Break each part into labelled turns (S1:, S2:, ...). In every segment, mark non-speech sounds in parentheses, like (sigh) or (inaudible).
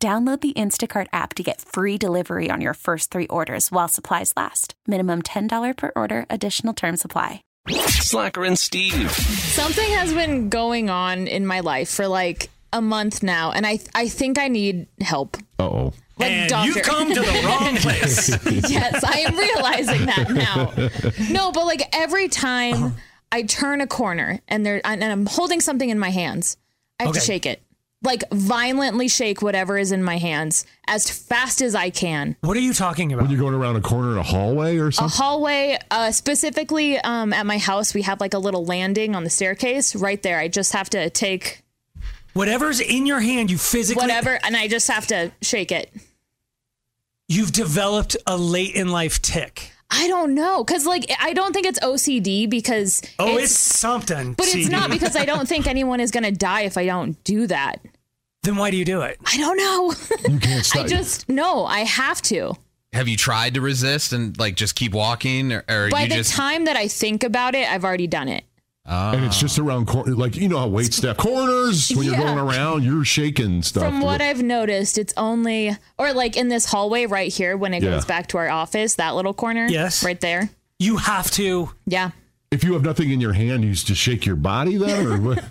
S1: Download the Instacart app to get free delivery on your first three orders while supplies last. Minimum $10 per order, additional term supply.
S2: Slacker and Steve.
S3: Something has been going on in my life for like a month now, and I I think I need help.
S4: Uh-oh.
S3: Like
S5: and
S3: doctor.
S5: you come to
S3: (laughs)
S5: the wrong place.
S3: yes, I am realizing that now. No, but like every
S5: Uh-huh.
S3: time I turn a corner and there and and I'm holding something in my hands, I have to
S5: Okay.
S3: shake it. Like violently shake whatever is in my hands as fast as I can.
S5: what are you talking about?
S4: When you're going around a corner in a hallway or
S3: a
S4: something?
S3: hallway uh, specifically um, at my house we have like a little landing on the staircase right there i just have to take
S5: Whatever's in your hand, you physically
S3: whatever and i just have to shake it
S5: you've developed a late in life tick.
S3: i don't know because like i don't think it's ocd because
S5: Oh, it's, something.
S3: but it's
S5: CD.
S3: not because i don't think anyone is gonna die if i don't do that
S5: then why do you do it?
S3: i don't know (laughs)
S5: Oh,
S4: you can't stop.
S3: i just no i have to
S6: Have you tried to resist and like just keep walking, or, or
S3: by
S6: you
S3: the
S6: just?
S3: time that i think about it i've already done it
S4: and it's just around corner, like you know how wait step corners when you're
S3: Yeah.
S4: going around, you're shaking stuff.
S3: From what I've noticed, it's only or like in this hallway right here when it
S4: Yeah.
S3: goes back to our office, that little corner.
S5: Yes.
S3: Right there.
S5: You have to.
S3: Yeah.
S4: if you have nothing in your hand, you just shake your body then,
S5: (laughs)
S4: or what?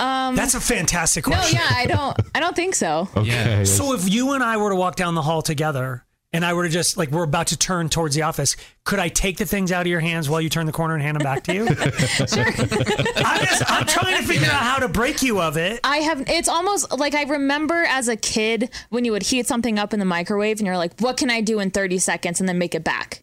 S5: That's a fantastic
S3: Um, No,
S5: question. Oh,
S3: yeah, I don't I don't think
S5: (laughs)
S3: so.
S4: Okay, that's-
S5: So if you and I were to walk down the hall together and I were to just like we're about to turn towards the office, could I take the things out of your hands while you turn the corner and hand them back
S3: (laughs)
S5: to you? I'm, just, I'm trying to figure out how to break you of it.
S3: I have it's almost like I remember as a kid when you would heat something up in the microwave and you're like, "What can I do in 30 seconds and then make it back?"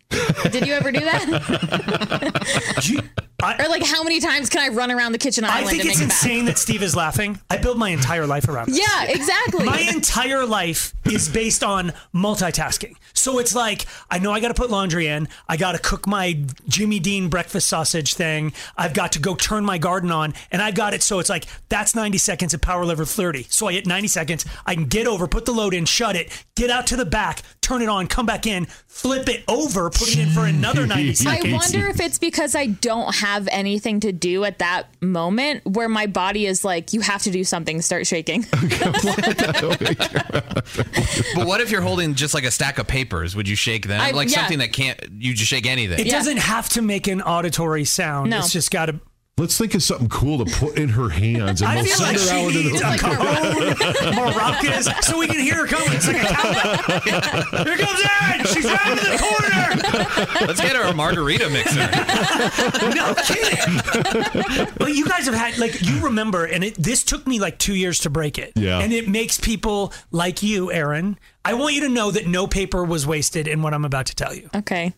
S3: Did you ever do that?
S5: You- I,
S3: or like how many times can I run around the kitchen
S5: I
S3: island
S5: think
S3: and make
S5: it's
S3: it back?
S5: insane that Steve is laughing. I build my entire life around this.
S3: Yeah, exactly.
S5: My entire life is based on multitasking. So it's like, I know I got to put laundry in. I got to cook my Jimmy Dean breakfast sausage thing. I've got to go turn my garden on. And I've got it. So it's like, that's 90 seconds at power lever 30. So I hit 90 seconds. I can get over, put the load in, shut it, get out to the back, turn it on, come back in, flip it over, put it in for another 90
S4: I
S3: I
S5: seconds.
S3: wonder if it's because I don't have anything to do at that moment where my body is like, you have to do something, start
S5: (laughs)
S3: shaking. (laughs)
S6: but what
S5: (laughs)
S6: if you're holding just like a stack of papers? Would you shake them?
S3: I-
S6: like
S3: yeah.
S6: something that can't. You just shake anything.
S5: It doesn't have to make an auditory sound.
S3: No.
S5: It's just got to.
S4: let's think of something cool to put in her hands, and
S5: I
S4: we'll
S5: feel like
S4: send her
S5: she
S4: out into
S5: needs
S4: the.
S5: a (laughs) cajon, maracas, so we can hear her coming. It's like a cowbell. Here comes Erin. She's round to the
S6: Let's get her a margarita mixer.
S3: (laughs)
S5: corner. No kidding. But you guys have had like you remember, and it, this took me like two years to break it.
S4: Yeah.
S5: And it makes people like you, Erin. I want you to know that no paper was wasted in what I'm about to tell you.
S3: okay.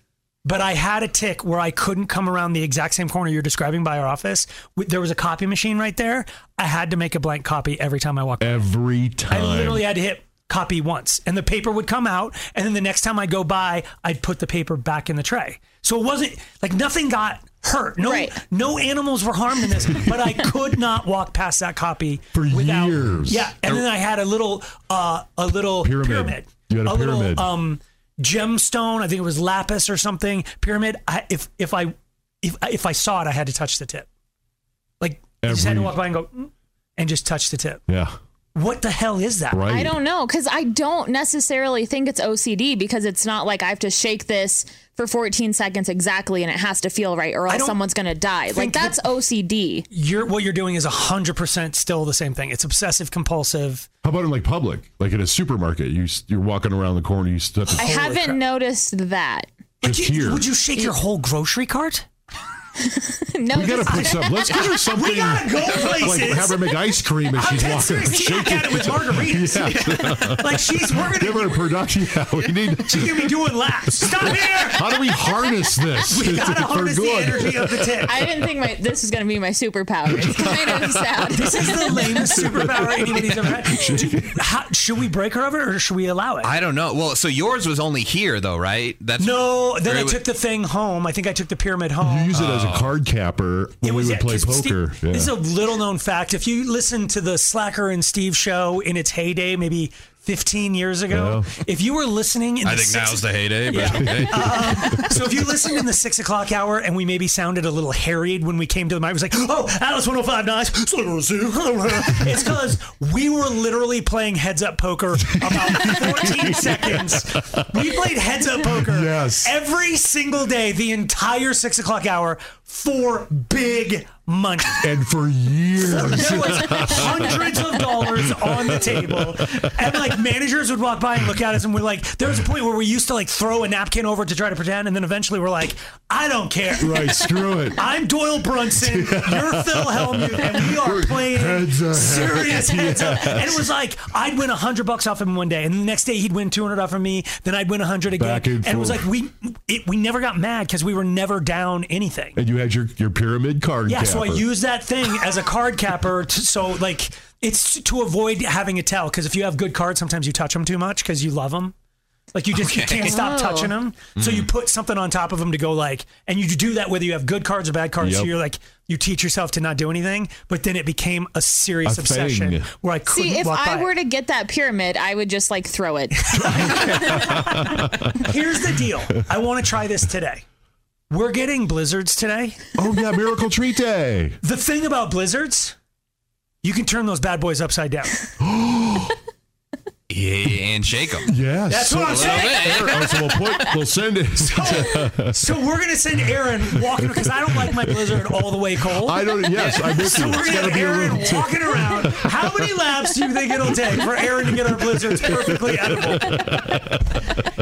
S5: But I had a tick where I couldn't come around the exact same corner you're describing by our office. With- There was a copy machine right there. I had to make a blank copy every time I walked.
S4: Every
S5: I
S4: time.
S5: literally had to hit copy once, and the paper would come out, and then the next time I go by, I'd put the paper back in the tray. So it wasn't like nothing got hurt. No,
S3: Right.
S5: no animals were harmed in
S4: (laughs)
S5: this, but I could not walk past that copy
S4: For
S5: without,
S4: years.
S5: Yeah, and then I had a little, uh, a little
S4: Pyramid.
S5: pyramid.
S4: You had a pyramid.
S5: little um, gemstone. I think it was lapis or something. Pyramid. I, if if I if if I saw it, I had to touch the tip. Like I just had to
S4: Every-
S5: walk by and go, "Mm," and just touch the tip.
S4: yeah.
S5: What the hell is that?
S4: Right.
S3: I don't know because I don't necessarily think it's OCD because it's not like I have to shake this for 14 seconds exactly and it has to feel right or
S5: I
S3: else
S5: don't
S3: someone's going to die. Like
S5: think
S3: that's OCD.
S5: you're what you're doing is 100% still the same thing. It's obsessive compulsive.
S4: How about in like public, like in a supermarket? You s- you're walking around the corner, you step
S3: I haven't noticed that. (laughs)
S4: just
S5: Would you-
S4: here.
S5: Would you shake your whole grocery cart?
S3: no,
S4: We gotta
S3: just-
S4: put some. Let's give her something.
S5: (laughs) We gotta go
S4: (laughs) Like
S5: places.
S4: have her make ice cream
S5: (laughs)
S4: as she's
S5: I'm
S4: walking.
S5: serious. She's at it with
S4: (laughs)
S5: margaritas. (laughs) Like she's we're
S4: Give her
S5: gonna
S4: a production. Yeah,
S5: (laughs)
S4: we need.
S5: she's gonna be doing laps. Stop
S4: (laughs)
S5: here.
S4: How do we harness this (laughs)
S5: We gotta harness the energy of the
S3: (laughs)
S5: tick.
S3: I didn't think my this was going to be my superpower. It's kind
S5: (laughs)
S3: of sad.
S5: This is the
S4: (laughs)
S5: lamest superpower anybody's ever had. Do- how- should we break her of it or should we allow it?
S6: I don't know. Well, so yours was only here though, right? That's
S5: no, then
S6: Or
S5: I
S6: it was-
S5: took the thing home. I think I took the pyramid home.
S4: You use it as a card capper when we
S5: was-
S4: would play
S5: 'cause
S4: poker.
S5: Steve-
S4: Yeah.
S5: This is a little known fact. If you listen to the Slacker and Steve show in its heyday, maybe 15 years ago, if you were listening in
S6: I
S5: the
S6: think
S5: six,
S6: now's the heyday. But okay.
S5: (laughs) so if you
S6: (laughs)
S5: listened in the six o'clock hour and we maybe sounded a little harried when we came to the mic, it was like, oh, Alice 105 nice.
S4: (laughs)
S5: It's because we were literally playing heads up poker about
S4: (laughs)
S5: 14 seconds. We played heads up poker
S4: Yes.
S5: every single day, the entire six o'clock hour for big money.
S4: and for years.
S5: There was hundreds of dollars on the table, and like managers would walk by and look at us, and we're like, there was a point where we used to like throw a napkin over to try to pretend, and then eventually we're like, I don't care.
S4: right,
S5: (laughs)
S4: screw it.
S5: I'm Doyle Brunson. You're Phil Hellmuth, and we are playing
S4: heads up.
S5: serious heads up. And it was like I'd win hundred bucks off him one day, and the next day he'd win two hundred off of me. Then I'd win hundred again,
S4: Back and
S5: it was
S4: forth.
S5: like we it, we never got mad because we were never down anything.
S4: And you had your, your pyramid card
S5: Yeah,
S4: capper.
S5: so I use that thing as a card capper. To, so like, it's to avoid having a tell because if you have good cards, sometimes you touch them too much because you love them. Like you just you can't stop
S3: Oh.
S5: touching them. So
S4: Mm-hmm.
S5: you put something on top of them to go like, and you do that whether you have good cards or bad cards. So
S4: Yep.
S5: you're like, you teach yourself to not do anything. But then it became a serious
S4: A
S5: obsession
S4: thing.
S5: where I
S3: (laughs)
S5: couldn't
S3: See, if
S5: walk
S3: I
S5: by
S3: were
S5: it.
S3: to get that pyramid, I would just like throw it.
S5: (laughs) Here's the deal. I want to try this today. We're getting blizzards today.
S4: Oh yeah, Miracle Treat Day.
S5: The thing about blizzards, you can turn those bad boys upside down.
S6: yeah, and
S5: (laughs)
S6: shake them.
S4: Yes.
S5: That's what I'm
S6: A little
S5: saying.
S6: bit.
S4: Oh, so we'll, put, we'll send it.
S5: So we're gonna send Aaron walking because I don't like my blizzard all the way cold.
S4: (laughs) I don't. Yes, I'm with
S5: so
S4: you.
S5: we're
S4: It's
S5: gonna have
S4: got to be a
S5: Aaron
S4: room. too.
S5: walking around. How many laps do you think it'll take for Aaron to get our blizzards perfectly edible?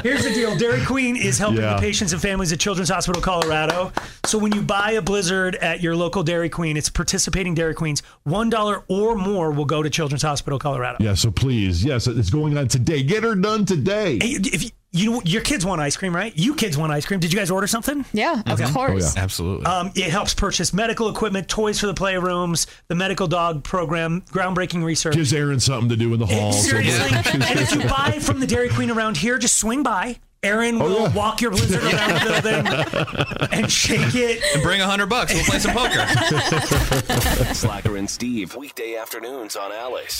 S5: Here's the deal: Dairy Queen is helping
S4: Yeah.
S5: the patients and families at Children's Hospital Colorado. So when you buy a blizzard at your local Dairy Queen, it's participating Dairy Queens. One dollar or more will go to Children's Hospital Colorado.
S4: Yeah. So please, yes, it's going on today. Get her done today.
S5: Hey, If you, you your kids want ice cream, right? You kids want ice cream. Did you guys order something?
S3: Yeah, of
S5: Oh,
S3: course.
S6: Absolutely.
S5: Um, it helps purchase medical equipment, toys for the playrooms, the medical dog program, groundbreaking research. Eh,
S4: Gives Aaron something to do in the hall. so-
S5: Seriously, and if you buy from the Dairy Queen around here, just swing by. Aaron will
S4: Oh, yeah.
S5: walk your blizzard around the
S4: (laughs)
S5: building and shake it.
S6: Bring a hundred bucks. We'll play some
S5: (laughs)
S6: poker.
S2: Slacker and Steve, weekday afternoons on Alice.